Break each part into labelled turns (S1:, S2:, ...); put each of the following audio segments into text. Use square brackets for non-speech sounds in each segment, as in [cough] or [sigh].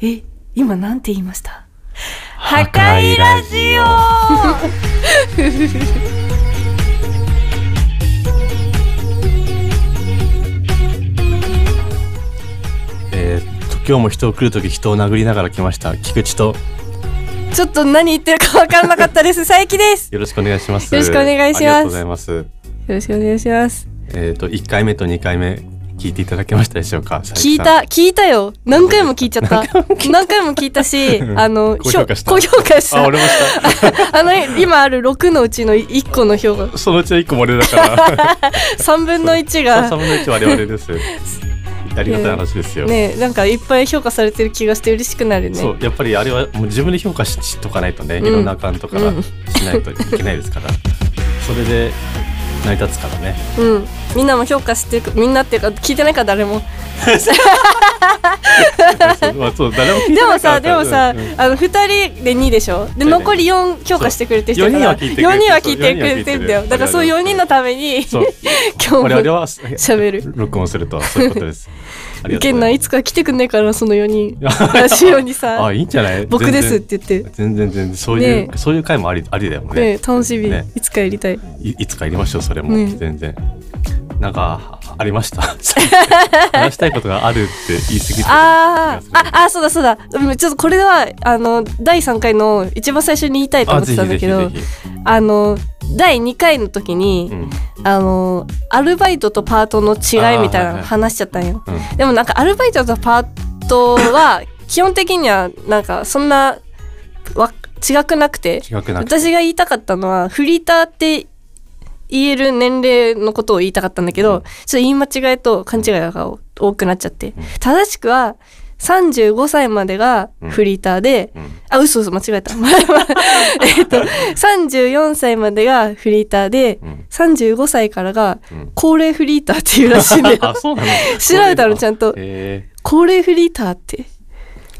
S1: え、今なんて言いました
S2: 破壊ラジオえーっと今日も人を来る時人を殴りながら来ました菊池と
S1: ちょっと何言ってるか分からなかったです。佐伯です。
S2: よろしくお願いします
S1: よろしくお願いします
S2: ありがとうございます
S1: よろしくお願いします。
S2: えーっと1回目と2回目聞いていただけましたでしょうか佐伯さん
S1: 聞いた、聞いたよ。何回も聞いちゃった。何回も聞いた
S2: [laughs]
S1: し、あの、
S2: 高評価した
S1: 高評価した
S2: あ俺もし
S1: [laughs] あの、今ある6のうちの1個の評価。
S2: たそのうちの1個も俺だから
S1: 3分の1 [laughs]
S2: 3
S1: が、
S2: 分の1我々ですありがたい話ですよ、
S1: ね、なんかいっぱい評価されてる気がして嬉しくなるね。
S2: そうやっぱりあれはもう自分で評価ししとかないとね、
S1: うん
S2: いろんなアカウントから
S1: うん
S2: しないといけないですから、それで成り立つから
S1: [laughs]
S2: ね
S1: うん、みんなも評価してるみんなっていうか聞いてないから誰も
S2: まあそう誰も聞いて
S1: [laughs] で
S2: な
S1: も
S2: いから
S1: さでもさ、
S2: うん
S1: あの2人で2でしょで
S2: そうね
S1: 残り4評価してくれてる人だから
S2: そう
S1: 4
S2: 4
S1: 人
S2: 人
S1: は
S2: は
S1: 聞
S2: 聞
S1: い
S2: い
S1: て
S2: て
S1: く
S2: く
S1: れ
S2: れ
S1: て
S2: てる
S1: んだよだからそう4人のために
S2: そう
S1: [laughs] 今
S2: 我
S1: 日
S2: 々
S1: も
S2: は
S1: 喋る
S2: 録音するとそういうこ
S1: [laughs]
S2: とですあり
S1: い
S2: がと
S1: け
S2: うんご
S1: な
S2: ざい
S1: いつか来てくんねえからその4人
S2: [laughs] ます
S1: ラジオに
S2: あ
S1: さ
S2: いいんじゃない
S1: 「僕です」って言って、
S2: 全然全然全然そういう、
S1: ね
S2: そういう回もありありだよね
S1: ね、楽しみ、
S2: ね
S1: いつかやりたい
S2: いいつかやりましょうそれも、
S1: ね
S2: 全然なんかあありました
S1: [laughs]
S2: 話したいことがあるって言い過ぎて
S1: あーああそうだそうだうんちょっとこれはあの第3回の一番最初に言いたいと思
S2: あ
S1: っ
S2: ぜ
S1: て
S2: ひ
S1: たんだ
S2: ぜ
S1: け
S2: ひぜ
S1: ど
S2: ひ、
S1: あの第2回の時に、
S2: うん
S1: あのアルバイトとパートの違いみたいな
S2: あーはいは
S1: の
S2: い
S1: 話しちゃったんよ、
S2: うん
S1: でもなんかアルバイトとパートは [laughs] 基本的にはなんかそんなわ違くなくて
S2: 違くなくて
S1: 私が言いたかったのはフリーターって言える年齢のことを言いたかったんだけど、
S2: うん
S1: ちょっと言い間違いと勘違いが多くなっちゃって、
S2: ん
S1: 正しくは35歳までがフリーターで、
S2: うん
S1: あ、嘘嘘、間違えた。 [laughs] えっと、34歳までがフリーターで、
S2: うん
S1: [laughs] 35歳からが
S2: うん
S1: 高齢フリーターっていうらしいんだよ。
S2: あそうなの
S1: 調べたのちゃんと
S2: え
S1: 高齢フリーターって。
S2: ー、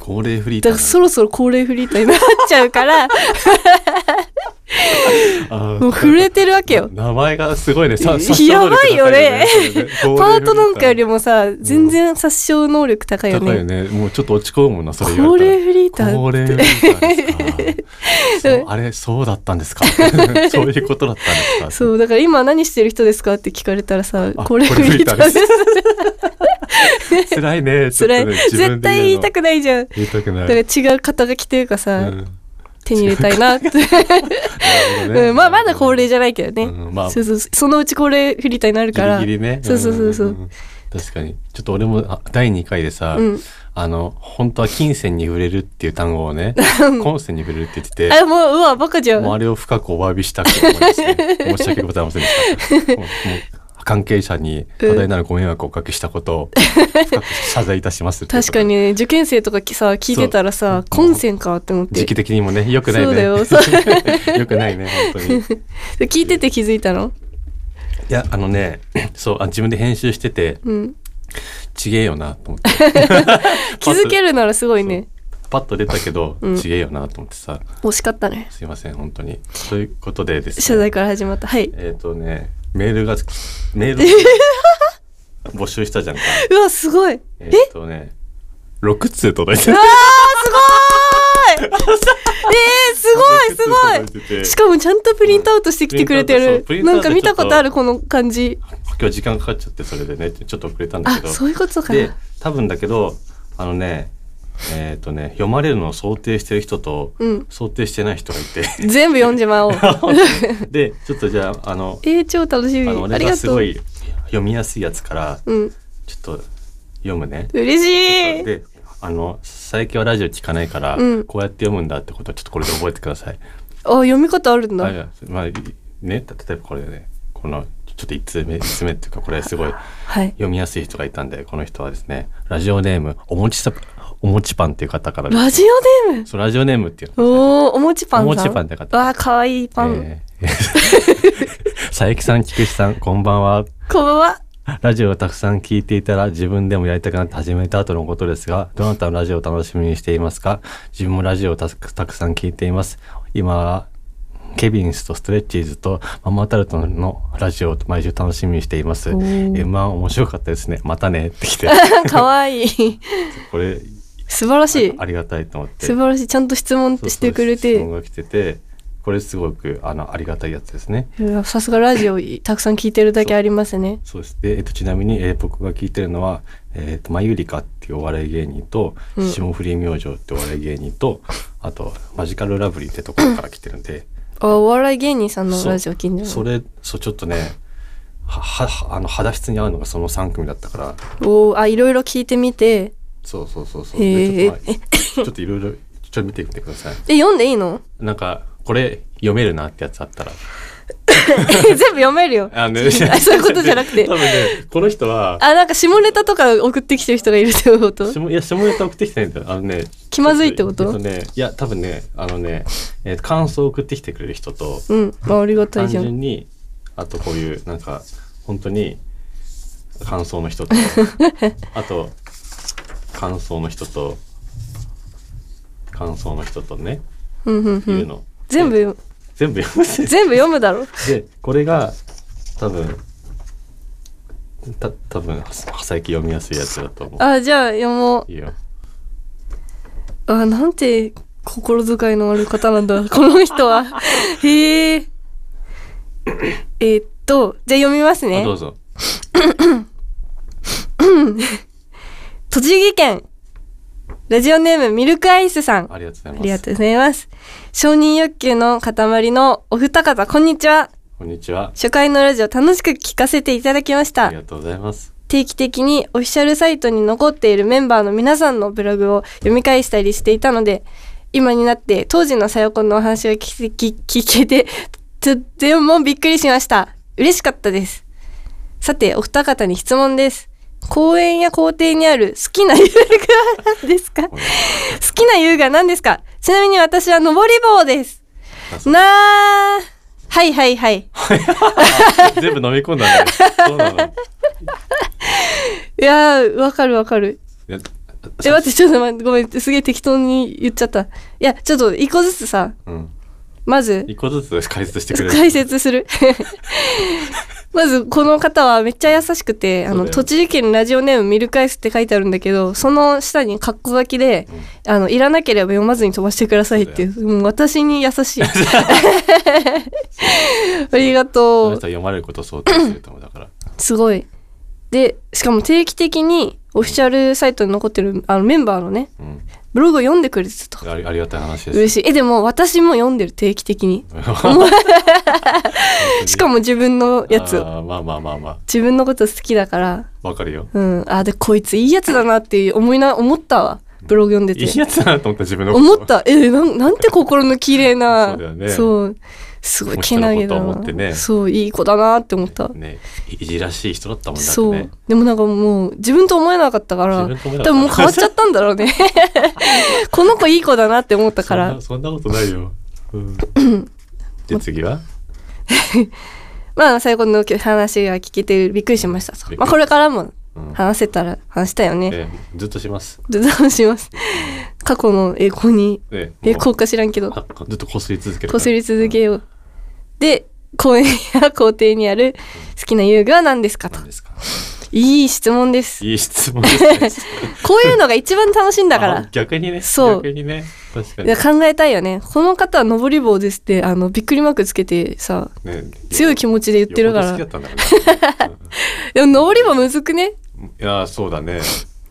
S2: 高齢フリータ
S1: だから
S2: ー
S1: そろそろ高齢フリーターになっちゃう
S2: [laughs]
S1: から、
S2: あー
S1: もう震えてるわけよ。
S2: 名前がすごいねさ
S1: え
S2: 殺傷能力高
S1: やばいよね
S2: 高
S1: [laughs] パ
S2: 齢
S1: ートなんかより
S2: フ
S1: もさ、全然殺傷能力高い
S2: リ
S1: よ
S2: ーター高い
S1: ね
S2: よ。ねもうちょっと落ち込むもんなそれ言
S1: 高
S2: わ
S1: 齢
S2: れ
S1: フリータ
S2: たら
S1: ー。
S2: 高齢フリーターですかそうあれそうだったんですか [laughs] そういうことだったんですか
S1: そう、だから今何してる人ですかって聞かれたらさ、
S2: あ
S1: 高齢フリーターです。
S2: 辛いね
S1: それ、絶対言いた
S2: く
S1: くないじゃん。
S2: 言いたくな
S1: だ
S2: い
S1: から違う肩書きというかさ、
S2: うん
S1: 手に入れたいなって。
S2: なるほどね
S1: [laughs] うん、まあまだ高齢じゃないけどね、
S2: うんまあ
S1: そうそうそのうち高齢フリーターになるから
S2: ギリギリね
S1: そうそうそうそうん
S2: んん確かにちょっと俺もあ第2回でさ、
S1: うん
S2: あの本当は金銭に触れるっていう単語をねコンセンに触れるって言ってて
S1: あもううわバカじゃん
S2: もうあれを深くお詫びしたく思いますね申し訳ございませんでしたもうもう関係者に多大なるご迷惑をおかけしたことを深く謝罪いたしますっていうこ
S1: [laughs] 確
S2: と
S1: かにね受験生とかきさ聞いてたらさコンセンかって思って
S2: 時期的にもね良くないね
S1: そうだよそう
S2: 良くないね本当にい
S1: で聞いてて気づいたの
S2: やあのねそうあ自分で編集してて
S1: うん
S2: ちげえよなと思って
S1: 気づけるならすごいね
S2: パッと出たけど、
S1: うん
S2: ちげえよなと思ってさ
S1: 惜しかったね
S2: すいません本当にということでですね
S1: 謝罪から始まったはい
S2: えっ、とねメールがメ
S1: [laughs]
S2: ール募集したじゃんか
S1: うわす
S2: [laughs]
S1: ごい
S2: えっ、とね6通届いて
S1: う
S2: る
S1: わーすごーいえー、すごいす
S2: 6通
S1: ご
S2: 届いてて
S1: いしかもちゃんとプリントアウトしてきてくれて
S2: うん
S1: る
S2: プリント
S1: な
S2: ア
S1: ん
S2: ウ
S1: か
S2: トそう
S1: 見たことあるこの感じ
S2: 今日時間かかっちゃってそれでねちょっと遅れたんだ
S1: あ
S2: けど
S1: そういうことか
S2: で
S1: な
S2: 多分だけどあのねえっ、とね読まれるのを想定してる人と、
S1: うん
S2: 想定してない人がいて
S1: 全部読んじ
S2: [laughs]
S1: まおう
S2: でちょっとじゃああの
S1: えー、超楽しみ。
S2: あの
S1: あ
S2: 俺
S1: り
S2: が
S1: が
S2: す
S1: とう。
S2: ごい読みやすいやつから
S1: うん。
S2: ちょっと読むね。
S1: 嬉しい。
S2: であの最近はラジオ聞かないから、
S1: うん
S2: こうやって読むんだってことはちょっとこれで覚えてください。
S1: あ、読み方あるん
S2: あい
S1: だ。
S2: やまあいねた例えばこれねこのちょっと1通目1通目っていうかこれすごい [laughs]
S1: はい。
S2: 読みやすい人がいたんでこの人はですねラジオネームおもちさおもちパンっていう方からです
S1: ラジオネーム。
S2: そうラジオネームっていうの
S1: おお、おもちパンさん。
S2: おもちパンって方
S1: わあ、可愛いパン。
S2: えー [laughs] 佐伯さん菊池さんこんばんは
S1: こんばんは。 [laughs]
S2: [laughs] ラジオをたくさん聞いていたら自分でもやりたくなって始めた後のことですが、どなたのラジオを楽しみにしていますか自分もラジオをたくたくさん聞いています。今は、ケビンスとストレッチーズとママタルトのラジオを毎週楽しみにしています。
S1: おー [laughs]
S2: M1 面白かったですね。またねって来て、
S1: 可愛い。
S2: これ、
S1: 素晴らしい
S2: ありがたいと思って
S1: 素晴らしいちゃんと質問
S2: そうそう
S1: してくれ
S2: 質
S1: て
S2: 問が来ててこれすごくあのありがたいやつですね
S1: いやさすがラジオたくさん聞いてるだけありますね
S2: そうですで、えっと、ちなみに、えー僕が聞いてるのは、えーとマユリカっていうお笑い芸人と、
S1: うん
S2: 霜降り明星ってお笑い芸人とあとマジカルラブリーってところから来てるんで
S1: あお笑い芸人さんの
S2: そう
S1: ラジオ聞いてる
S2: それそうちょっとねははあの肌質に合うのがその3組だったから
S1: おーあいろいろ聞いてみて
S2: そうそうそうそう、
S1: へえ
S2: でちょっとまあちょっといろいろちょっと見てみてください
S1: え読んでいい
S2: [laughs]
S1: の
S2: なんかこれ読めるなってやつあったら
S1: 全部読めるよ
S2: あの
S1: あ [laughs] そういうことじゃなく
S2: [laughs]
S1: て
S2: 多分ねこの人は
S1: [laughs] あなんか下ネタとか送ってきてる人がいるってこと
S2: 下いや下ネタ送ってきてないんだよあの [laughs] ね
S1: 気まずいってこと
S2: えねいや多分ねあのね、えー感想を送ってきてくれる人と
S1: うんあありがた
S2: 単
S1: いじゃん
S2: 純にあとこういうなんか本当に感想の人 [laughs] とあと感想の人と感想の人とね、
S1: うんうんう
S2: いうんの
S1: 全部よ
S2: 全部読ませて
S1: 全部読むだろ
S2: でこれが多分た多分最近読みやすいやつだと思
S1: あじゃあ読も
S2: ういいよ
S1: うあなんて心遣いのある方なんだ [laughs] この人はへええーっとじゃあ読みます
S2: あ
S1: ね
S2: どうぞ
S1: 栃木県ラジオネームミルクアイスさん
S2: ありがとうございます
S1: ありがとうございます。承認欲求の塊のお二方、こんにちは。
S2: こんにちは
S1: 初回のラジオ楽しく聞かせていただきまし
S2: あ
S1: た
S2: り。がとうございます [laughs]
S1: 定期的にオフィシャルサイトに残っているメンバーの皆さんのブログを読み返したりしていたので、今になって当時のさよこんのお話を聞け聞聞けて、 [laughs] とてもびっくりしました。嬉しかったです。さて、お二方に質問です。公園や校庭にある好きな遊具は何ですか好きな遊具は何ですかちなみに私は登り棒です。なあはいはいはい。
S2: 全部飲み込んだね。そうなの。
S1: いやー、わかるわかる。
S2: え
S1: [laughs] え、待って、ちょっと待って、ごめん、すげえ適当に言っちゃった。いや、ちょっと、一個ずつさ、
S2: うん。
S1: まず、
S2: 一個ずつ解説してくれる。
S1: 解説する。 [laughs] まず、この方はめっちゃ優しくて、あ
S2: そう
S1: の、
S2: だよ
S1: 栃木県ラジオネームミルクアイスって書いてあるんだけど、その下にカッコ書きで、あの、いらなければ読まずに飛ばしてくださいっていう、もう私に優し
S2: [laughs]
S1: い。ありが
S2: あ
S1: と
S2: な
S1: う
S2: た。読まれることを想定すると思うだから。
S1: すごい。で、しかも定期的にオフィシャルサイトに残ってるあのメンバーのね、
S2: うん。
S1: ブログを読んでくれてたと。
S2: ありありがたい話 [laughs] です。
S1: 嬉しい。え、でも私も読んでる、定期的に。しかも自分のやつを。
S2: あーまあまあまあま
S1: 自分のこと好きだから。
S2: あ。わかるよ。
S1: うん。あ、で、こいついいやつだなっていう思いな、思ったわ。ブログ読んで
S2: いい
S1: て。
S2: やつだなと思った自分のこと
S1: 思った。え、なん、なんて心の綺麗な。
S2: そうだよね
S1: そうすごいけなげだ
S2: この人のことを思って
S1: な。
S2: ね
S1: そう、いい子だなって思った。
S2: ね、いいじらしい人だったもんだって
S1: そ
S2: ね
S1: う。。でもなんかもう、自分と思えなかったから、
S2: 自分と思えなかった
S1: 多分もう変わっちゃったんだろう
S2: [laughs]
S1: ね。この子いい子だなって思ったか
S2: そん
S1: ら
S2: な。そんなことないよ。
S1: [laughs]
S2: うん。で次は
S1: まあ、最後の話が聞けてびっくりしましたと。まあ、これからも
S2: うん
S1: 話せたら話したいよね。
S2: ええずっとします。
S1: で、どうします。過去の栄光に、
S2: ええ
S1: 栄光か知らんけど、
S2: あずっとこすり続けるから。
S1: こすり続けよう。で、公園や校庭にある好きな遊具は何ですかと
S2: 何。ですか。
S1: いい質問です。
S2: いい
S1: [laughs]
S2: 質問ですね。
S1: こういうのが一番楽しいんだか
S2: あ
S1: ら。
S2: 逆にね。
S1: そう
S2: 逆にね。確か
S1: い
S2: に
S1: や。考えたいよね。この方は登り棒ですって、あの、びっくりマークつけてさ、
S2: ね
S1: 強い気持ちで言ってるから
S2: よほ。ど好きだったんだろうね
S1: でも登り棒むずくね
S2: うんいやーそうだね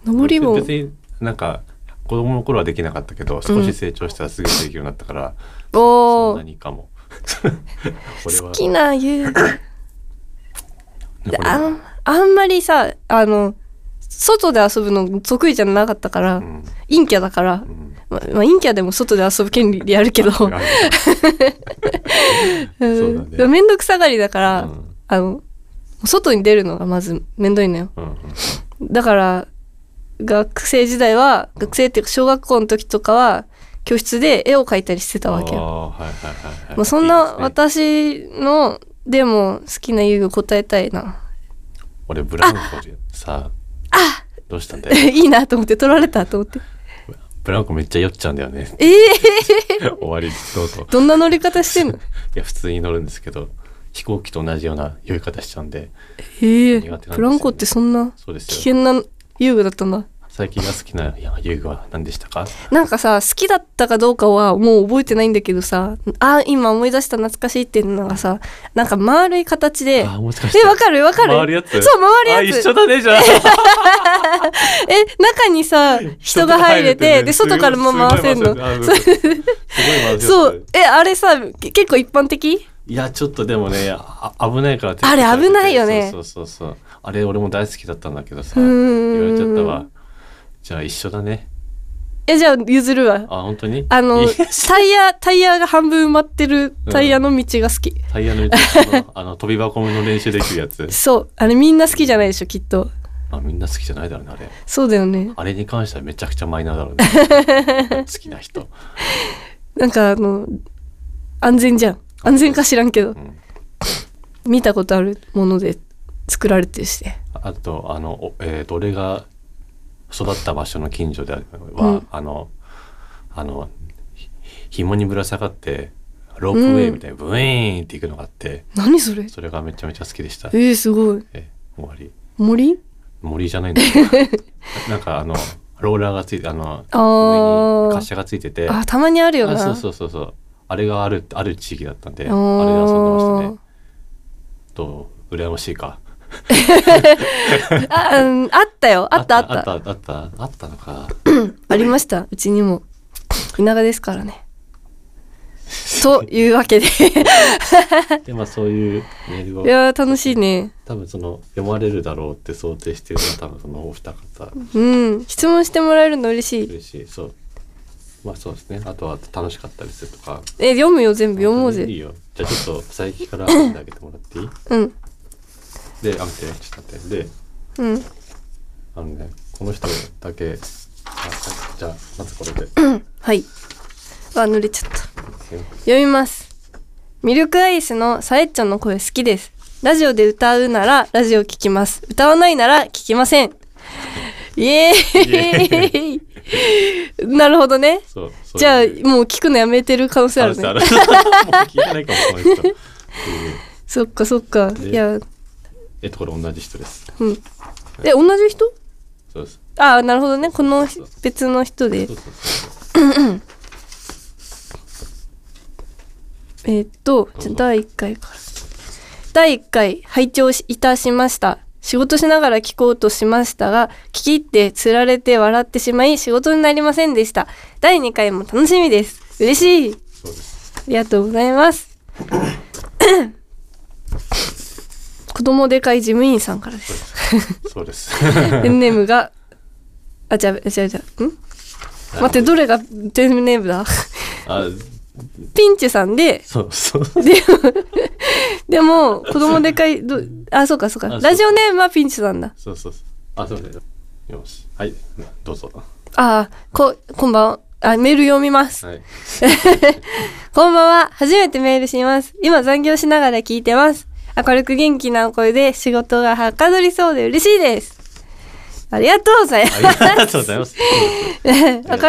S1: 登り棒。
S2: 別になんか子供の頃はできなかったけど少し成長したらすぐできるようになったから、
S1: お
S2: そんな
S1: ー。
S2: にかも [laughs]
S1: 好きな
S2: [clears throat]
S1: 遊具。
S2: 俺は
S1: あんあんまりさあの外で遊ぶの得意じゃなかったから、
S2: うん
S1: 陰キャだから、
S2: ん
S1: ままあ陰キャでも外で遊ぶ権利あるけど
S2: [laughs] ある
S1: うん
S2: そう
S1: [laughs]
S2: だね
S1: でもめんどくさがりだから、
S2: うん
S1: あの外に出るのがまずめんどいのよ
S2: うんうん
S1: だから学生時代は学生っていうか小学校の時とかは教室で絵を描いたりしてたわけよ
S2: あーはいはいはいはい
S1: もうそんない
S2: いですね
S1: 私のでも好きな遊具答えたいな
S2: 俺ブランコでさどうしたんだよ
S1: [laughs] いいなと思って取られたと思って
S2: ブランコめっちゃ酔っちゃうんだよね
S1: ええ
S2: [laughs] 終わりどうぞ
S1: どんな乗り方してんの
S2: [laughs] いや普通に乗るんですけど飛行機と同じような酔い方しちゃうんで
S1: [laughs] へえ、
S2: 苦手なんですよね
S1: ブランコってそんな
S2: そうです
S1: 危
S2: よ
S1: 険な遊具だったんだ。
S2: 最近が好きな遊具は何でしたか
S1: なんかさ好きだったかどうかはもう覚えてないんだけどさあ今思い出した懐かしいっていうのがさなんか丸い形で
S2: あもしかして
S1: えわかるわかる
S2: 回るやつ
S1: そう回るや
S2: あ
S1: つ
S2: 一緒だねじゃあ
S1: え中に
S2: [laughs]
S1: さ人が入れてで
S2: 人が
S1: 外
S2: 入
S1: から
S2: れ
S1: も回せ
S2: て
S1: んの
S2: すごい回せるあす
S1: [laughs]
S2: ごい回せる
S1: そうえあれさけ結構一般的
S2: いやちょっとでもねあ危ないから
S1: あれ危ないよね
S2: そうそうそうそうあれ俺も大好きだったんだけどさ
S1: うーん
S2: 言われちゃったわじゃあ一緒だね
S1: えじゃあ譲るわ
S2: あ本当に
S1: あの
S2: いや
S1: タイヤタイヤが半分埋まってるタイヤの道が好き、
S2: タイヤのうちのあの飛び箱の練習できるやつ
S1: そうあれみんな好きじゃないでしょきっと
S2: あみんな好きじゃないだろうねあれ
S1: そうだよね
S2: あれに関してはめちゃくちゃマイナーだろう
S1: [laughs]
S2: ね好きな人、
S1: なんかあの安全じゃん安全か知らんけど
S2: うん、
S1: 見たことあるもので作られてるしね
S2: あとあの、おえーと俺が育った場所の近所では、
S1: うん
S2: あのあのひ紐にぶら下がってロープウェイみたいにブイーンっていくのがあって、
S1: 何それ
S2: それがめちゃめちゃ好きでした、
S1: えー、すごい
S2: え終わり
S1: 森
S2: 森じゃないんだけ
S1: [laughs]
S2: どなんかあのローラーがついてあの
S1: あー
S2: 上に滑車がついてて
S1: あたまにあるよな
S2: あそうそうそうそうあれがあるある地域だったんであれ
S1: あ
S2: で
S1: ー
S2: 遊んでましたねと羨ましいか
S1: あうんあったよあったあったあ
S2: あったあったあったあったの
S1: [laughs]
S2: か
S1: りましたうちにも田舎ですからねというわけでい
S2: でまあそういうメールを
S1: やー楽しいね
S2: 多分その読まれるだろうって想定してるのは多分そのお二方
S1: うん質問してもらえるの嬉しい
S2: 嬉しいそうまあそうですねあとは楽しかったりするとか
S1: え読むよ全部読もう
S2: いい
S1: ぜ
S2: よじゃあちょっと佐伯から読んであげてもらっていい
S1: うん
S2: であ待ってちょっと待ってで
S1: うん
S2: あのねこの人だけあはいじゃあまずこれで
S1: はいあ濡れちゃった
S2: うん
S1: 読みますミルクアイスのサエッチョンの声好きですラジオで歌うならラジオ聞きます歌わないなら聞きませんイエーイなるほどね
S2: そうそう
S1: じゃあ
S2: いう
S1: もう聞くのやめてる可能性あるね
S2: あるあるもう聞いてないかもこの人っていう
S1: そっかそっか
S2: で
S1: いや
S2: えっとこれ同じ人です
S1: うんえ同じ人
S2: そうです
S1: ああなるほどねこの
S2: そうそう
S1: 別の人で
S2: そうそうそう
S1: えーっと、じゃあ第1回から。第1回、拝聴しいたしました。仕事しながら聞こうとしましたが、聞き入って、つられて笑ってしまい、仕事になりませんでした。第2回も楽しみです。嬉しい。
S2: そうです
S1: ありがとうございます。 [coughs] 子供でかい事務員さんからです。
S2: そうです
S1: ペンネームが、あ、じゃあ、じゃあ、じゃあ、ん [laughs] 待って、どれがペンネームだ [laughs]
S2: あ
S1: ピンチュさんで、
S2: そうそう
S1: でも、子供でかい、どあ、そうかそうか。
S2: あ
S1: ラジオネームはピンチさんだ。
S2: そうそうそう。あ、すみません。よし。はい、どうぞ。
S1: あーこ、こんばんは。あ、メール読みます。
S2: はい。
S1: こんばんは。初めてメールします。今残業しながら聞いてます。明るく元気なお声で仕事がはかどりそうで嬉しいです。ありがとうございま
S2: あ
S1: す。
S2: りがとうございます。
S1: 明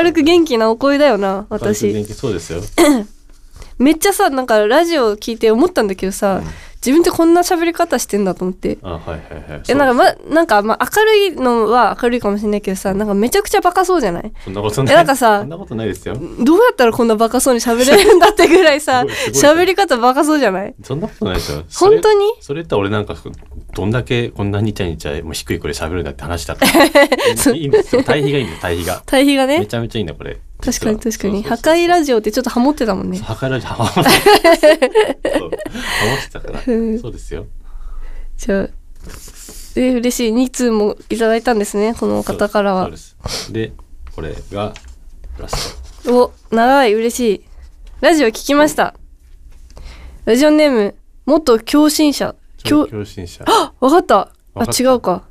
S1: るく元気なお声だよな、
S2: 元
S1: [laughs] 私。
S2: 気そうですよ。
S1: めっちゃさ、なんかラジオ聞いて思ったんだけどさ、自分ってこんな喋り方してんだと思って。
S2: あ、はいはいはい。
S1: え、なん
S2: か、
S1: かま、なんかまあ明るいのは明るいかもしれないけどさ、なんかめちゃくちゃバカそうじゃない
S2: そんなことない。
S1: えなんかさ
S2: そんなことないですよ。
S1: どうやったらこんなバカそうに喋れるんだってぐらいさ
S2: [laughs] すごいすごい
S1: 喋り方バカそうじゃない
S2: そんなことないですよ。
S1: 本当に
S2: それそれって俺なんか、どんだけこんなにちゃにちゃ、もう低い声で喋るんだって
S1: [laughs]
S2: 話だから。いいんですよ。対比がいいんです、対比が。
S1: 対比が
S2: め
S1: ね
S2: ちゃめちゃいいんだ、これ。
S1: 確かに確かに
S2: そう
S1: 破
S2: そうそう
S1: 壊ラジオってちょっとハモってたもんね
S2: 破壊ラジオ、ハマってたから。
S1: うん
S2: そうですよ。
S1: じゃあえ嬉しい2通もいただいたんですねこの方から
S2: そ
S1: は
S2: うです。そうですで、これが、ラスト。
S1: お長い嬉しいラジオ聞きましたラジオネーム元共振者共
S2: 超共振者。
S1: わかった
S2: わかった
S1: あ違うか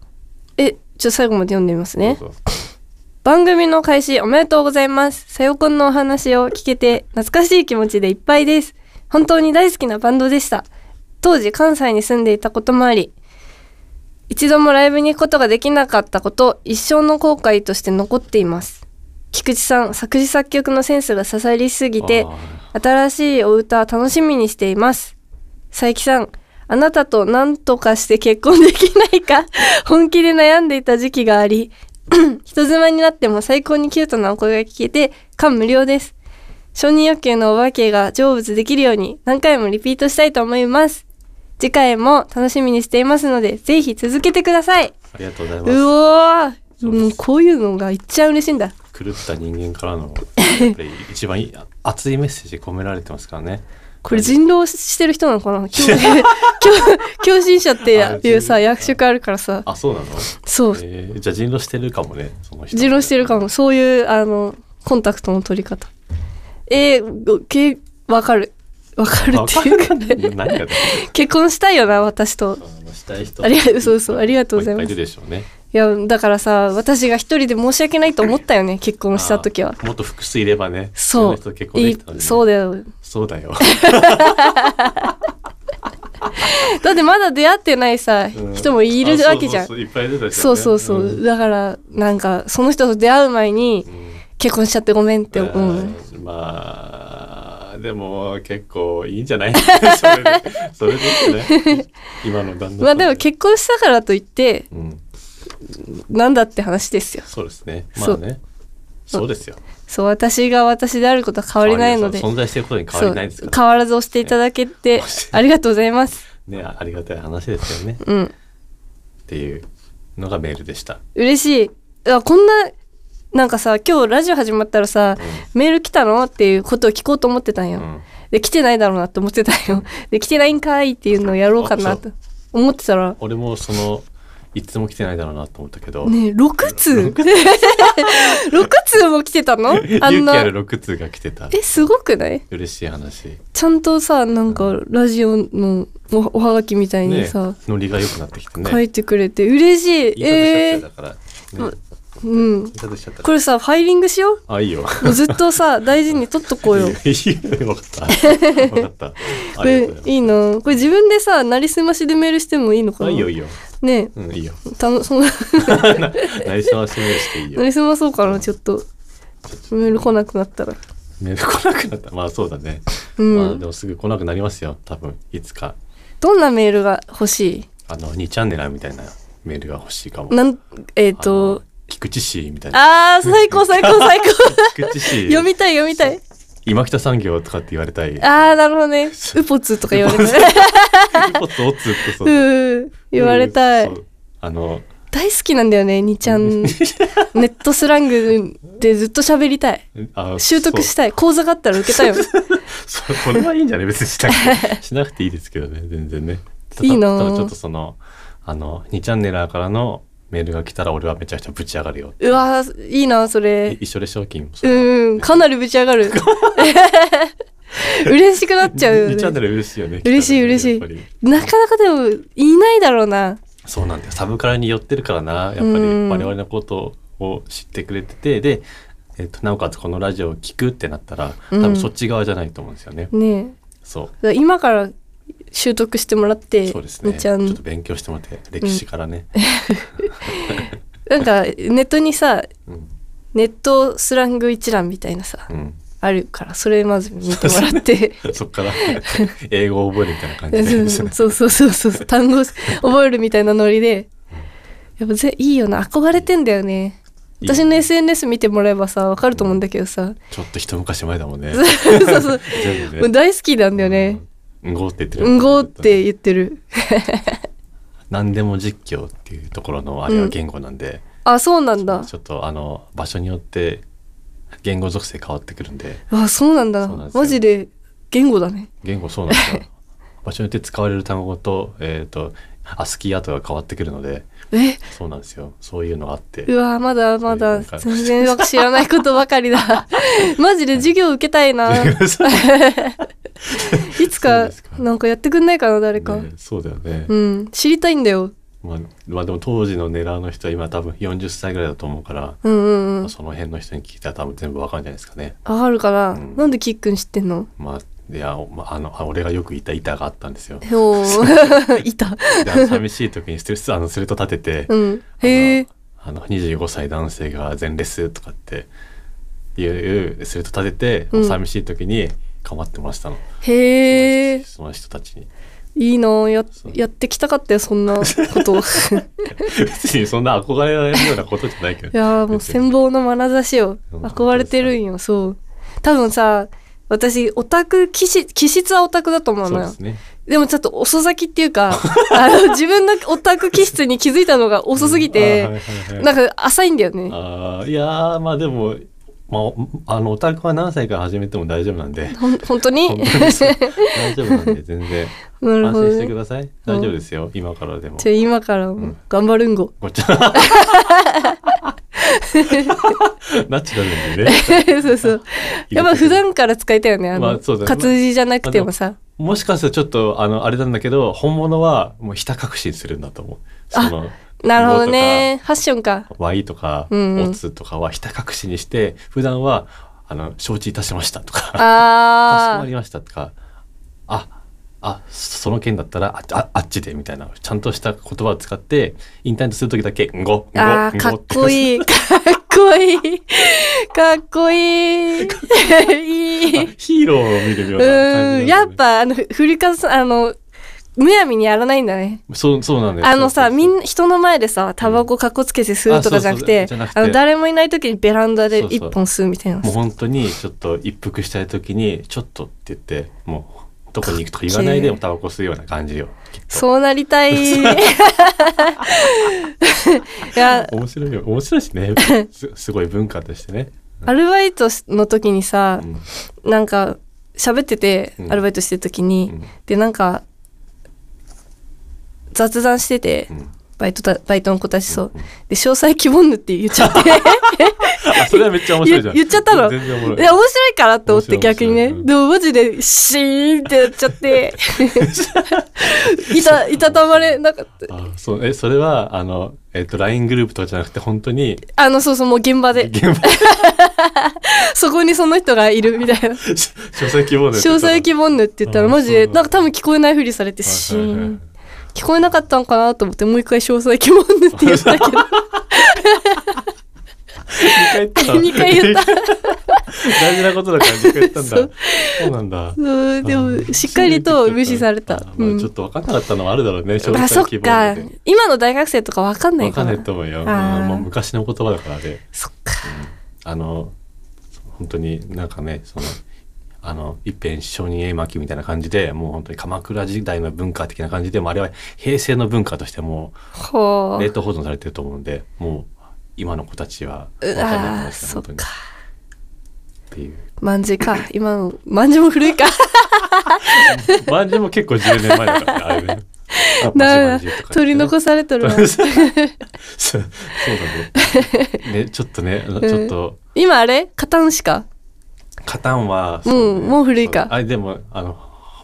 S1: えちょっと最後まで読んでみますね
S2: どうぞ
S1: 番組の開始おめでとうございます。さよこんのお話を聞けて懐かしい気持ちでいっぱいです。本当に大好きなバンドでした。当時関西に住んでいたこともあり、一度もライブに行くことができなかったこと、一生の後悔として残っています。菊池さん、作詞作曲のセンスが刺さりすぎて
S2: あ、
S1: 新しいお歌楽しみにしています。佐伯さん、あな [laughs] たと何とかして結婚できないか本気で悩んでいた時期があり、 [clears throat] 人妻になっても最高にキュートなお声が聞けて感無量です承認欲求のお化けが成仏できるように何回もリピートしたいと思います次回も楽しみにしていますのでぜひ続けてください
S2: ありがとうございうます。
S1: おーもうこういうのがいっちゃ嬉しいんだ
S2: 狂った人間からの、やっぱり一番いい熱いメッセージ込められてますからね。
S1: これ人狼してる人なの
S2: [laughs]
S1: かな教教教信者っていうさ
S2: あ
S1: 役職あるからさ
S2: あ、そうなの
S1: そう
S2: えーじゃあ人狼してるかもね、その人。
S1: 自論してるかもそういうあのコンタクトの取り方えーごけわかるわかる
S2: わ
S1: って
S2: か
S1: いう
S2: る
S1: か
S2: か
S1: ね
S2: ね。何がで
S1: [laughs] 結婚したいよな私と
S2: したい人
S1: ありが嘘嘘ありがとうございます
S2: っぱいいるでしょうね。
S1: いやだからさ私が一人で申し訳ないと思ったよね結婚した時は
S2: あーもっと複数いればね。
S1: そう
S2: いろんな人と結婚できたのに
S1: い
S2: ね
S1: そうだよ
S2: そうだ
S1: [laughs]
S2: よ。
S1: だってまだ出会ってないさ、
S2: うん
S1: 人もいるわけじゃん
S2: あそうそうそういっぱいいるでしょね
S1: そうそうそう、
S2: ん
S1: だからなんかその人と出会う前に
S2: うん
S1: 結婚しちゃってごめんって思う、
S2: うんまあでも結構いいんじゃない [laughs] それでそれでね今の旦那さん
S1: まあでも結婚したからといって
S2: うん
S1: なんだって話ですよ
S2: そうですねま
S1: そ
S2: あ
S1: う
S2: ねそうですよ
S1: そう私が私であることは変わりないので
S2: そう存在してることに変わりないです
S1: そう
S2: か
S1: 変
S2: ら
S1: わらず押していただけて
S2: ね
S1: [laughs] ありがとうございます
S2: ねあありがたい話ですよねっ
S1: うん
S2: ていうのがメールでした
S1: 嬉しいあこんななんかさ今日ラジオ始まったらさ、メール来たのっていうことを聞こうと思ってたん
S2: う
S1: よ、
S2: ん
S1: で来てないだろうなって思ってたんよで来てないんかいっていうのをやろうかな
S2: あそ
S1: と思ってたら
S2: 俺もそのいつも来てないだろうなと思ったけど
S1: ねえ6通 [laughs] 6通も来てたの
S2: [laughs] 勇気
S1: あん
S2: あ
S1: な
S2: る6通が来てた
S1: えすごくない
S2: 嬉しい話
S1: ちゃんとさなんかラジオのおおはがきみたいに
S2: ね
S1: さ、
S2: ノリが良くなってきてね
S1: 書いてくれて嬉し
S2: い
S1: い
S2: い形
S1: え
S2: だったよだから
S1: ー
S2: ね
S1: ー、うん
S2: いい形しちゃった
S1: これさファイリングしよう
S2: あ、いいよ。
S1: もうずっとさ大事に取っとこうよ
S2: [laughs] いいよ。わかった。わかった。
S1: [laughs] こ
S2: あり
S1: れ
S2: がとうござ
S1: いいなこれ自分でさなりすましでメールしてもいいのか
S2: あ、
S1: ない
S2: いよ、いいよ。
S1: ね
S2: うん、いいよ。
S1: えたのその
S2: なりすましメールしていい
S1: な
S2: よ。
S1: りすまそうかなちょっとメール来なくなったら
S2: メール来なく
S1: [laughs]
S2: なった。まあ、そうだね。
S1: うん
S2: まあ、でもすぐ来なくなりますよ。多分、いつか。
S1: どんなメールが欲し
S2: あの、2チャンネルみたいなメールが欲しいかも
S1: い。なんえっ、
S2: あの
S1: と。
S2: 菊池氏みたいな。
S1: あー最高最高最
S2: [laughs]
S1: 高 [laughs]
S2: 菊池氏。
S1: 読みたい読みたい
S2: 今北産業とかって言われた [laughs] い。
S1: あーなるほどねウポツとか言われたい
S2: おつおつって
S1: [laughs]
S2: そうう。
S1: ん言われたい、
S2: そう。
S1: [laughs]
S2: あの、
S1: 大好きなんだよねにちゃ
S2: [laughs]
S1: んネットスラングでずっと喋りたい
S2: あ
S1: 習得したい講座があったら受けたい
S2: [laughs]
S1: よ
S2: そうこれはいいんじゃ [laughs] ない別にしなくてしなくていいですけどね全然ねただ
S1: いいなあ
S2: ただちょっとそのあの2チャンネルからのメールが来たら俺はめちゃくちゃぶち上がるよ
S1: うわーいいなそ
S2: い
S1: れ
S2: 一緒で賞金もそ
S1: うんかなりぶち上が
S2: [laughs]
S1: る嬉しくなっちゃうよ
S2: 2チャンネ
S1: ね
S2: ル嬉しいよね
S1: 嬉しい嬉しい
S2: 来たらねやっぱ
S1: なかなかでもいないだろうな
S2: りそうなんだよサブカラに寄ってるからなやっぱり
S1: う
S2: 我
S1: ん
S2: 々のことを知ってくれててで、えっとなおかつこのラジオを聞くってなったら多
S1: うん
S2: 分そっち側じゃないと思うんですよね、
S1: ねえだ
S2: そう
S1: から今から習得してもらって
S2: そうですね
S1: に
S2: ち
S1: ち
S2: ょ
S1: ゃん
S2: っと勉強してもらって歴史からね、
S1: なんかネットにさ
S2: うん
S1: ネットスラング一覧みたいなさ
S2: うん
S1: あるからそれまず見てもらって
S2: そっから英語を覚えるみたいな感じ
S1: [laughs]
S2: で
S1: そうそうそうそうそう単語覚えるみたいなノリでやっぱぜいいよな憧れてんだよね
S2: いいよ
S1: 私の SNS 見てもらえばさわかると思うんだけどさ
S2: ちょっと一昔前だもん
S1: [laughs]
S2: ね。
S1: そうそう
S2: 全部
S1: もう
S2: ね。
S1: 大好きなんだよね
S2: うんごって言ってる。
S1: うんごーって。言ってる
S2: 何でも実況っていうところのあれは言語なんで、
S1: あそうなんだ
S2: ちょっとあの場所によって言語属性変わってくるんで、
S1: あそうなんだ
S2: そうなんですよ
S1: マジで言語だね
S2: 言語そうなんですよ。場所によって使われる単語と、えっ、と、アスキーアートが変わってくるので、
S1: え
S2: そうなんですよ。そういうのがあって。
S1: うわまだまだ
S2: なんか
S1: 全然わ知らないことばかり
S2: [laughs]
S1: だマジで授業受けたいないつ
S2: そう
S1: か
S2: ですか
S1: なんかやってくんないかな誰か、
S2: ねそうだよね。
S1: うん知りたいんだよ
S2: まあ、まあでも当時の狙うの人は今多分40歳ぐらいだと思うから、
S1: うんうんうん
S2: その辺の人に聞いたら多分全部わかるんじゃないですかね。
S1: ああるかな、
S2: うん
S1: なんでキックン知ってんの
S2: まあ、いや、おまあ、あの、あ俺がよくいた板があった
S1: [laughs]
S2: んですよ。
S1: おー [laughs] いた
S2: であの寂しい時にストレス、あの、スレッド立てて、
S1: うんへえ
S2: あの、あの25歳男性が前列とかっていう、いうスレッド立てて、
S1: うん
S2: 寂しい時に構ってましたの。
S1: へえ
S2: その人たちに。 [laughs]
S1: いいなぁややってきたかったよそんなことい
S2: 別にそんな憧れられるようなことじゃないけど。
S1: やーもう
S2: 別に
S1: 羨望の眼差しを
S2: うん
S1: 憧れてるんよそう多分さ私オタク気質気質はオタクだと思う
S2: そ
S1: の
S2: う
S1: よ
S2: ですね。
S1: でもちょっと遅咲きっていう
S2: [laughs]
S1: かあの自分のオタク気質に気づいたのが遅すぎ
S2: あーは
S1: て
S2: いはいはい
S1: なんか浅いんだよね
S2: [laughs] あーいやーまあでも、まあお、あのオタクは何歳から始めても大丈夫なん
S1: [laughs]
S2: で
S1: ほん本当に
S2: 本当にそう大丈夫なんで全然
S1: [laughs] なる
S2: 安
S1: ほど
S2: 心して
S1: ね
S2: ください大丈夫ですよ今からでも
S1: じゃあ今からも頑張るん
S2: [laughs]
S1: ご
S2: こっちなっちゃう
S1: [laughs]
S2: んでね
S1: そうそうやっぱ普段から使いたいよねあの、
S2: まあそうだね
S1: 活字じゃなくてもさ
S2: もしかするとちょっとあのあれなんだけど本物はもうひた隠しにするんだと思うその
S1: なるほどねファッションか
S2: Y とか
S1: うんうん
S2: O ツとかはひた隠しにして普段はあの承知いたしましたとかかしこ
S1: あ
S2: まり
S1: ー
S2: ましたとかああその件だったらあああっちでみたいなちゃんとした言葉を使ってインターネットする時だけ「んご」んご
S1: あー
S2: ん
S1: か
S2: ご
S1: っこ
S2: [laughs]
S1: いい [laughs] かっこいいかっこいいい
S2: あ
S1: い [laughs]
S2: ヒーローを見るよ
S1: う
S2: うな感
S1: ー
S2: じ
S1: ん
S2: な
S1: や
S2: んだね
S1: っぱあの振りかさあのむやみにやらないんだね
S2: そうそうなんだよ
S1: あのさ
S2: そうそう
S1: み
S2: そう
S1: んな人の前でさタバコかっこつけて吸うとかじゃなく
S2: あ
S1: て
S2: そうそうじゃなくて
S1: あの誰もいない時にベランダで
S2: そうそう
S1: 一本吸うみたいな
S2: もう本当にちょっと一服したい時に「ちょっと」って言ってもうどこに行くとか言わないで
S1: かっけー
S2: もタバコ吸うような感じよ
S1: そうなり
S2: [laughs]
S1: たいいや
S2: 面白いよ面白いし
S1: [laughs]
S2: ねすすごい文化としてね、
S1: アルバイトの時にさ
S2: うん
S1: なんか喋ってて
S2: うん
S1: アルバイトしてる時に、
S2: うん
S1: でなんか雑談してて、
S2: うん
S1: バイトたバイトの子たちそうで詳細希望ぬって言っちゃって
S2: あそれはめっちゃ面白いじゃん
S1: 言言っちゃったの
S2: 全然おもろい
S1: いや面白いからって思って
S2: 面白い
S1: 逆にね、
S2: 面白いうん
S1: でもマジでシーンってなっちゃっていたいたたまれなかった
S2: あそうえそれはあの、えっと LINE グループとかじゃなくて本当に
S1: あのそうそうもう現場で
S2: 現 [laughs] 場
S1: そこにその人がいるみたいな
S2: 詳細希望で
S1: 詳細希望ぬって言ったら
S2: うん
S1: マジ
S2: そう
S1: で
S2: なん
S1: な
S2: だ
S1: んか多分聞こえないふりされてシ
S2: はいはいはい
S1: ーン聞こえなかったんかなと思ってもう一回詳細希望ぬって言った
S2: [laughs]
S1: けど
S2: 2回言った
S1: 二回言った
S2: 大事なことだから2回言ったんだ
S1: そ
S2: そう
S1: う
S2: なんだ
S1: うんで
S2: あ
S1: もしっかりと無視され
S2: あ
S1: た
S2: まあ
S1: うん
S2: ちょっと分かんなかったのもあるだろうね詳
S1: あそ
S2: 細
S1: っ
S2: 希
S1: か
S2: 望で
S1: 今の大学生とかわかんない
S2: 分
S1: か
S2: かん
S1: ら
S2: ないと思うよ、うん
S1: あー
S2: もう昔の言葉だからで、
S1: そっか
S2: あの本当になんかねそのあの一辺承認絵巻きみたいな感じでもう本当に鎌倉時代の文化的な感じでもうあれは平成の文化としても
S1: ほ
S2: 冷
S1: う
S2: 凍保存されてると思うんでもう今の子たちは分かんないと思
S1: あ
S2: う
S1: ー
S2: です
S1: そ
S2: よ
S1: っ
S2: 本当に
S1: か
S2: っていう
S1: まんじか今のまんじも古
S2: [laughs]
S1: いか
S2: 万事も結構10年前だからね
S1: [laughs]
S2: あれねあ
S1: な
S2: バ
S1: ん
S2: ジバジとか言ってね
S1: 取り残されとるわ
S2: [laughs] そうそうだねねちょっとねあのちょっと
S1: 今あれカタンしか
S2: カタンは
S1: うん
S2: そね
S1: もう古いか
S2: そうあれでもあの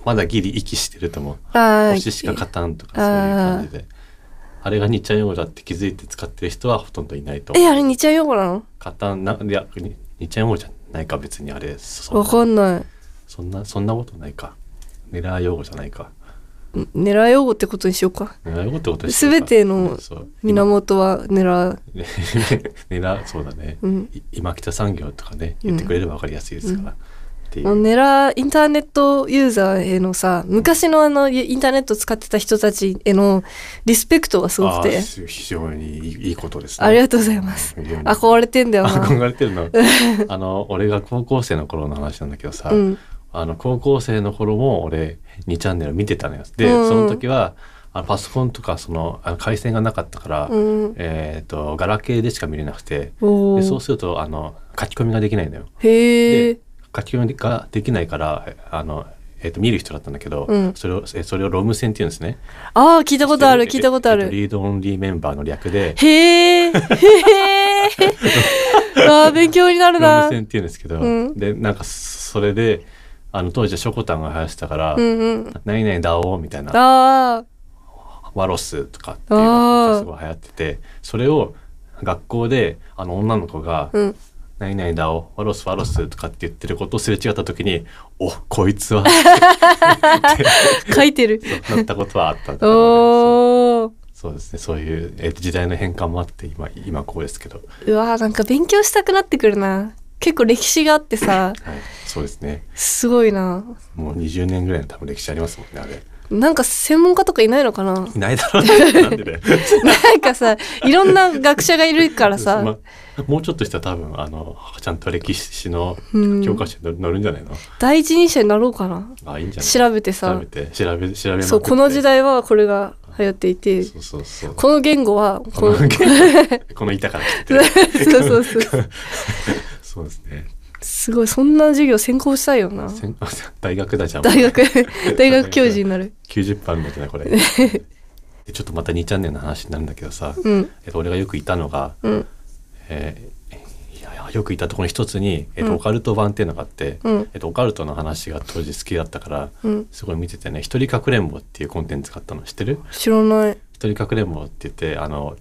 S2: まだギリ息してると思う
S1: あ
S2: 星しか勝たんとかそういう感じであれが日茶用語だって気づいて使ってる人はほとんどいないと
S1: えあれ日曜用語なの
S2: 勝たんないやに日茶用語じゃないか別にあれそ
S1: わか
S2: んなん
S1: ない
S2: そんなそんなことないか狙い用語じゃないか
S1: 狙い用語ってことにしようか
S2: 狙い用語ってこと
S1: 全ての
S2: そう
S1: 源は狙う
S2: ね [laughs] 狙そうだね、
S1: うん
S2: い今北産業とかね言ってくれれば分かりやすいですから、ってい
S1: も
S2: う
S1: う狙うインターネットユーザーへのさ昔のあのインターネット使ってた人たちへのリスペクトがすごくて
S2: あー非常にいいいいことですね
S1: ありがとうございます
S2: 非常に
S1: 憧れてんだよな
S2: 憧れてるな
S1: [laughs]
S2: あの俺が高校生の頃の話なんだけどさ、
S1: うん
S2: あの高校生の頃も俺2チャンネル見てたのよで、
S1: うん
S2: その時はあのパソコンとかそのあの回線がなかったから、
S1: うん
S2: えー、とガラケーでしか見れなくて
S1: お
S2: でそう
S1: ー
S2: するとあの書き込みができないのよ
S1: へえ
S2: で書き込みができないからあの、えー、と見る人だったんだけど、
S1: うん
S2: それをえそれをロム線っていうんですね
S1: ああ聞いたことある
S2: えー
S1: 聞いたことあ
S2: えー
S1: る
S2: リードオンリーメンバーの略で [laughs]
S1: へえへえあー勉強になる
S2: ロ
S1: な
S2: ム線って言うんですけど、
S1: うん
S2: でなんかそれであの当時はショコタンが流行ってたから「
S1: うんうん
S2: 何々だお」みたいな
S1: あ
S2: 「ワロス」とかっていうのがすごい流行っててそれを学校であの女の子が「 [laughs]
S1: ーうん
S2: 何々だおワロスワロス」とかって言ってることをすれ違った時に「おこいつ
S1: [laughs]
S2: は」
S1: 書いてる
S2: なったことはあったんだけどね
S1: おお
S2: そうそうですねそういうえ時代の変換もあって今今こうですけど、
S1: うわーなんか勉強したくなってくるな結構歴史があってさ
S2: はい、そうですね
S1: すごいな
S2: もう20年ぐらいの多分歴史ありますもんねあれ。
S1: なんか専門家とかいないのか
S2: [laughs]
S1: なない
S2: ないだろうねなんでね
S1: んかさいろんな学者がいるからさ、
S2: まもうちょっとしたら多分あのちゃんと歴史の
S1: うん
S2: 教科書に載るんじゃないの、
S1: 第一人者になろうかな
S2: あいいんじゃない
S1: 調べて
S2: 調
S1: さ
S2: べて調べ調べまくって
S1: そうこの時代はこれが流行っていて
S2: そうそうそう
S1: この言語は
S2: こ
S1: こ
S2: の
S1: の
S2: この板から切っ
S1: [laughs]
S2: て
S1: そうそうそう
S2: そうですね
S1: すごいそんな授業専攻したいよな
S2: せんあ大学だじゃん
S1: 大学大学教授になる
S2: 90分あるんだけ
S1: [laughs]
S2: どねこれでちょっとまた2チャンネルの話になるんだけどさ、
S1: うん
S2: えっと、俺がよくいたのが、
S1: うん
S2: えーいやよくいたところの一つに、えっ
S1: う
S2: と、
S1: ん
S2: オカルト版っていうのがあって、
S1: うん
S2: えっと、オカルトの話が当時好きだったから、
S1: うん
S2: すごい見ててね「一人かくれんぼ」っていうコンテンツがあったの知ってる
S1: 知らない
S2: 一人かくれんぼって言ってあの、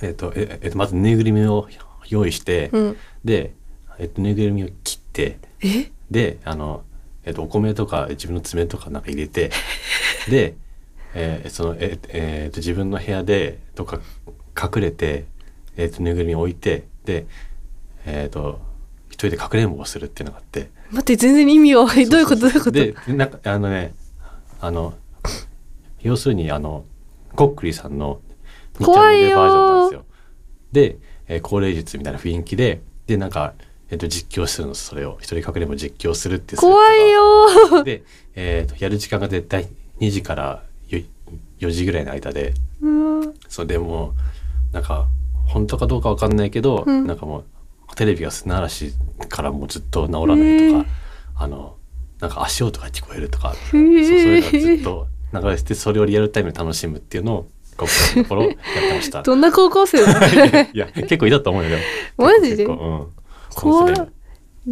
S2: えっとええっと、まずぬいぐるみを用意して、
S1: うん
S2: で、えっと、ぬいぐるみを切って
S1: え
S2: であの、えっと、お米とか自分の爪とかなんか入れてで、えーそのええーっと自分の部屋でとか隠れて、えっとぬいぐるみを置いてで、えっと一人でかくれんぼをするっていうのがあって
S1: 待って全然意味はどういうことどい
S2: そう
S1: う
S2: そ
S1: こと
S2: うでなんかあのねあの要するにあのコックリさんの2チャンネルバージョンなんですよ。で、えー高齢術みたいな雰囲気ででなんか、えっと実況するのそれを一人かくれんぼ実況するっていうスレッドが
S1: 怖いよー
S2: で、えーとやる時間が絶対2時からよ4時ぐらいの間で
S1: うわ
S2: それでもうなんか本当かどうかわかんないけど、
S1: うん
S2: なんかもうテレビが砂嵐からもうずっと治らないとか、あのなんか足音が聞こえるとか、
S1: へー
S2: そうそういうのがずっと流れててそれをリアルタイムで楽しむっていうのを高校生の頃やってました
S1: [laughs] 。どんな高校生だ
S2: [laughs] いや結構いいだと思うよでも
S1: マジで
S2: 結構うん、
S1: 怖い
S2: その世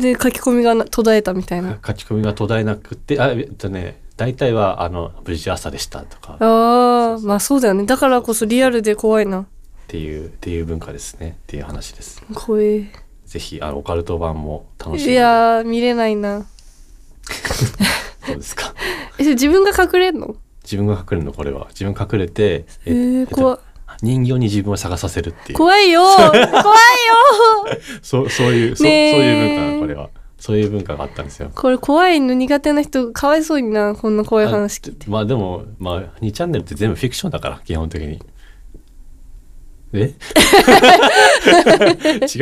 S2: 代
S1: で書き込みがな途絶えたみ
S2: [laughs]
S1: たいな
S2: 書き込みが途絶えなくてあえっとね大体はあの無事朝でしたとかっ
S1: あーまあそうだよねだからこそリアルで怖いな
S2: ていうっていう文化ですねっていう話です
S1: 怖い
S2: ぜひあのオカルト版も楽しん
S1: い
S2: で
S1: やー見れないな
S2: そうですか
S1: えそれ自分が隠れんの
S2: 自分が隠れるのこれは自分隠れて
S1: えー
S2: っと
S1: 怖い
S2: 人形に自分を探させるっていう
S1: 怖いよー怖いよー
S2: そうそういうそ,、
S1: ねえ
S2: そういう文化なのこれはそういう文化があったんですよ
S1: これ怖いの苦手な人かわいそうになこんな怖い話聞いて
S2: あまあでもまあ2チャンネルって全部フィクションだから基本的に
S1: [laughs]
S2: え [laughs] 違う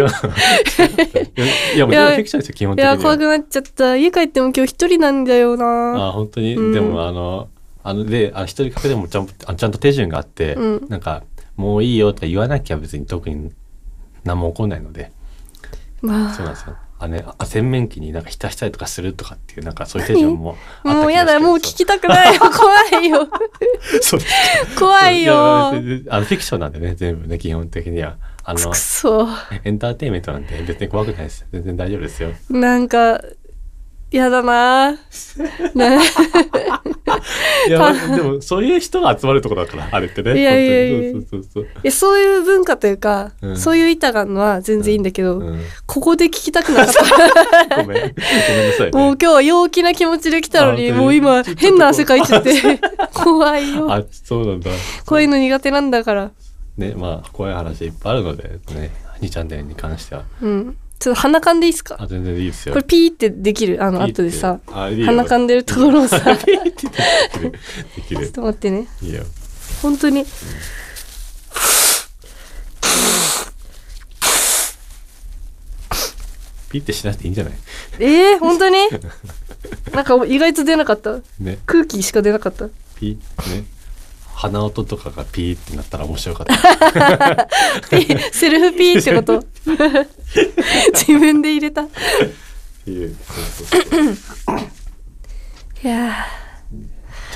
S2: いやいやもう
S1: いや
S2: 全部フィクションですよ基本
S1: い
S2: 的には
S1: や怖くなっちゃった家帰っても今日一人なんだよな
S2: あ本当に、
S1: うん
S2: でもあのあのであ一人かけでもちゃんあちゃんと手順があって、
S1: うん
S2: なんか「もういいよ」とか言わなきゃ別に特に何も起こんないので
S1: ま
S2: そう
S1: あ
S2: なんですよあねあ洗面器になんか浸したりとかするとかっていうなんかそういう手順もあった気がして
S1: [laughs] もうやだもう聞きたくないよ怖いよ
S2: [laughs] そう
S1: 怖いよ
S2: や別にあのフィクションなんでね全部ね基本的にはあの
S1: くそ
S2: エンターテインメントなんて別に怖くないです全然大丈夫ですよ
S1: なんかやだなな
S2: いやでもそういう人が集まるところだからあれってね
S1: いやいやいや
S2: 本当にそうそう
S1: いやそういう文化というか、
S2: うん
S1: そういう板があるのは全然いいんだけど、
S2: そうそう、うん、
S1: ここで聞きたくなかった
S2: ごめんごめんなさい、ね、
S1: もう今日は陽気な気持ちで来たのに
S2: あ
S1: もう今
S2: ちょっと
S1: 変な汗かいちゃって
S2: [laughs]
S1: 怖いよ
S2: あそうなんだ
S1: こういうの苦手なんだから
S2: ねまあ怖い話いっぱいあるのでね2チャンネルに関しては
S1: うんちょっと鼻かんでいいっすか
S2: あ全然いいですよ
S1: これピーってできるあの
S2: いいって
S1: 後でさ
S2: あいいよ
S1: 鼻かんでるところをさちょ
S2: ピーってできるでき
S1: っ
S2: る
S1: と待ってね
S2: いいよ
S1: 本当に
S2: ピーってしなくていいんじゃない
S1: えー、本当になんか意外と出なかった
S2: ね
S1: 空気しか出なかった
S2: ピーね鼻音とかがピーってなったら面白
S1: [laughs]
S2: かった
S1: ピーセルフピーってこと自分で入れたい
S2: っていうそうそうそう
S1: や
S2: じゃ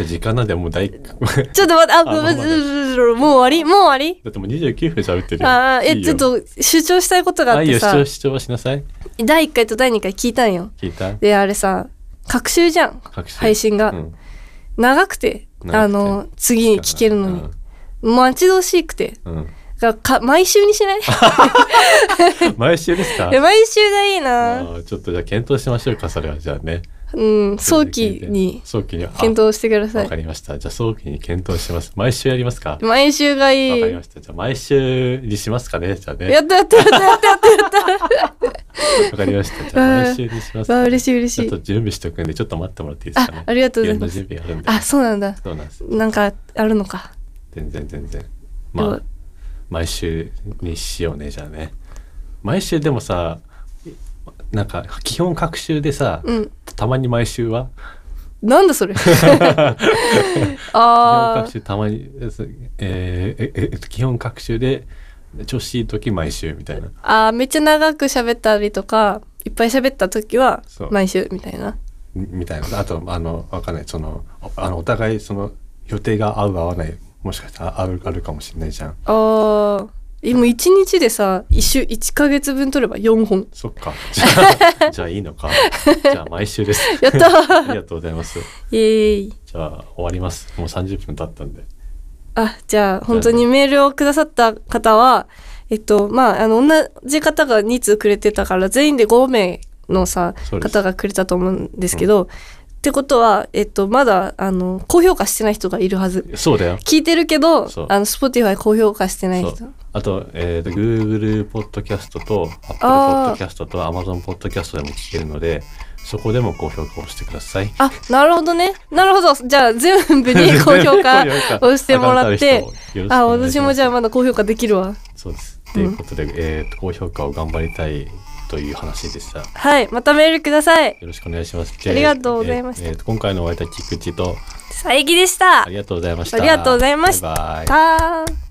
S2: あ時間なんでもう大 [laughs] だ
S1: ーちょっと待ってあ
S2: まだ
S1: うずうずもう終わりもう終わり
S2: ってもう29分喋ってるよ
S1: あーえ
S2: いい
S1: ちょ
S2: よ
S1: っと主張したいことがあ
S2: あ
S1: っ
S2: いい
S1: て
S2: よ主
S1: さ
S2: 張主張はしなさい
S1: 第1回と第2回聞いたんよ
S2: 聞いた
S1: であれさ隔週じゃん
S2: 各種
S1: 配信が、
S2: うん
S1: 長くて
S2: 長くて
S1: あの次に聞けるのに、待ち遠しくて
S2: うんうん
S1: がか毎週にし
S2: [laughs]
S1: ない
S2: 毎週ですか
S1: え毎週がいいな
S2: あーちょっとじゃあ検討しましょうかそれはじゃあね
S1: うん、早期に
S2: 早期にあ
S1: 検討してくださ
S2: わ
S1: い
S2: か。りました。じゃあ早期に検討します。毎週やりますか。わか
S1: 毎週がいい。
S2: りました。じゃあ毎週にしますかね。じゃあね。
S1: やったやったやったやったやったやっ
S2: わかりました。じゃあ毎週にします。 [laughs]
S1: た。わあ嬉しい嬉し
S2: ちょっ
S1: い
S2: と。準備しておくんで、ちょっと待ってもらっていいですかね
S1: あ、。ありがとうござい
S2: ろんな
S1: ます。
S2: 準備あるんで。
S1: あ、そうなんだ。
S2: そうなんです。
S1: なんかあるのか。
S2: 全然全然。まあ
S1: でも、
S2: 毎週にしようね、じゃあね。毎週でもさ、なんか基本各週でさ、
S1: うん。
S2: たまに毎週は
S1: なんだそ
S2: [laughs]
S1: れ。
S2: 基本
S1: あ
S2: 各週たまに、えーえええっと基本各週で調子いい時毎週みたいな
S1: あ。あーめっちゃ長く喋ったりとか、いっぱい喋った時は
S2: そう
S1: 毎週みたいな。
S2: みみたいなあとあのわかんないそのおあのお互いその予定が合う合わないもしかしたらあるあるかもしれないじゃん
S1: ああ。でも一日でさ、一週一ヶ月分取れば四本。
S2: そ
S1: [laughs]
S2: っかじゃあじゃあいいのかじゃあ毎週です
S1: やった
S2: ありがとうございます
S1: イエーイ。
S2: じゃあ終わりますもう30分経ったんで
S1: あ、じゃあ、本当にメールをくださった方は、えっと、まあ、あの、同じ方が2通くれてたから、全員で5名のさ
S2: そう、です
S1: 方がくれたと思うんですけど、ってことは、えっと、まだ、あの、高評価してない人がいるはず。
S2: そうだよ
S1: 聞いてるけど、あの
S2: そう、
S1: Spotify 高評価してない
S2: そ
S1: 人。
S2: うあと,、えー、と Google ポッドキャストと Apple ポッ
S1: あー
S2: ドキャストと Amazon ポッドキャストでも聞けるのでそこでも高評価をしてください
S1: あ、なるほどね。なるほど。じゃあ、全
S2: [laughs]
S1: 部に高評価をしてもらって、あ、私もじゃあ
S2: ま
S1: まだ高評価できるわ。
S2: そうです。ということで、えーと高評価を頑張りたいという話でした。よ
S1: はい、またメールください。
S2: ろしくお願いします。
S1: ありがとうございました
S2: えーえーと今回のお会いいた菊池と
S1: 佐伯でした。
S2: ありがとうございました。
S1: ありがとうございまし
S2: バイバイ
S1: たーん。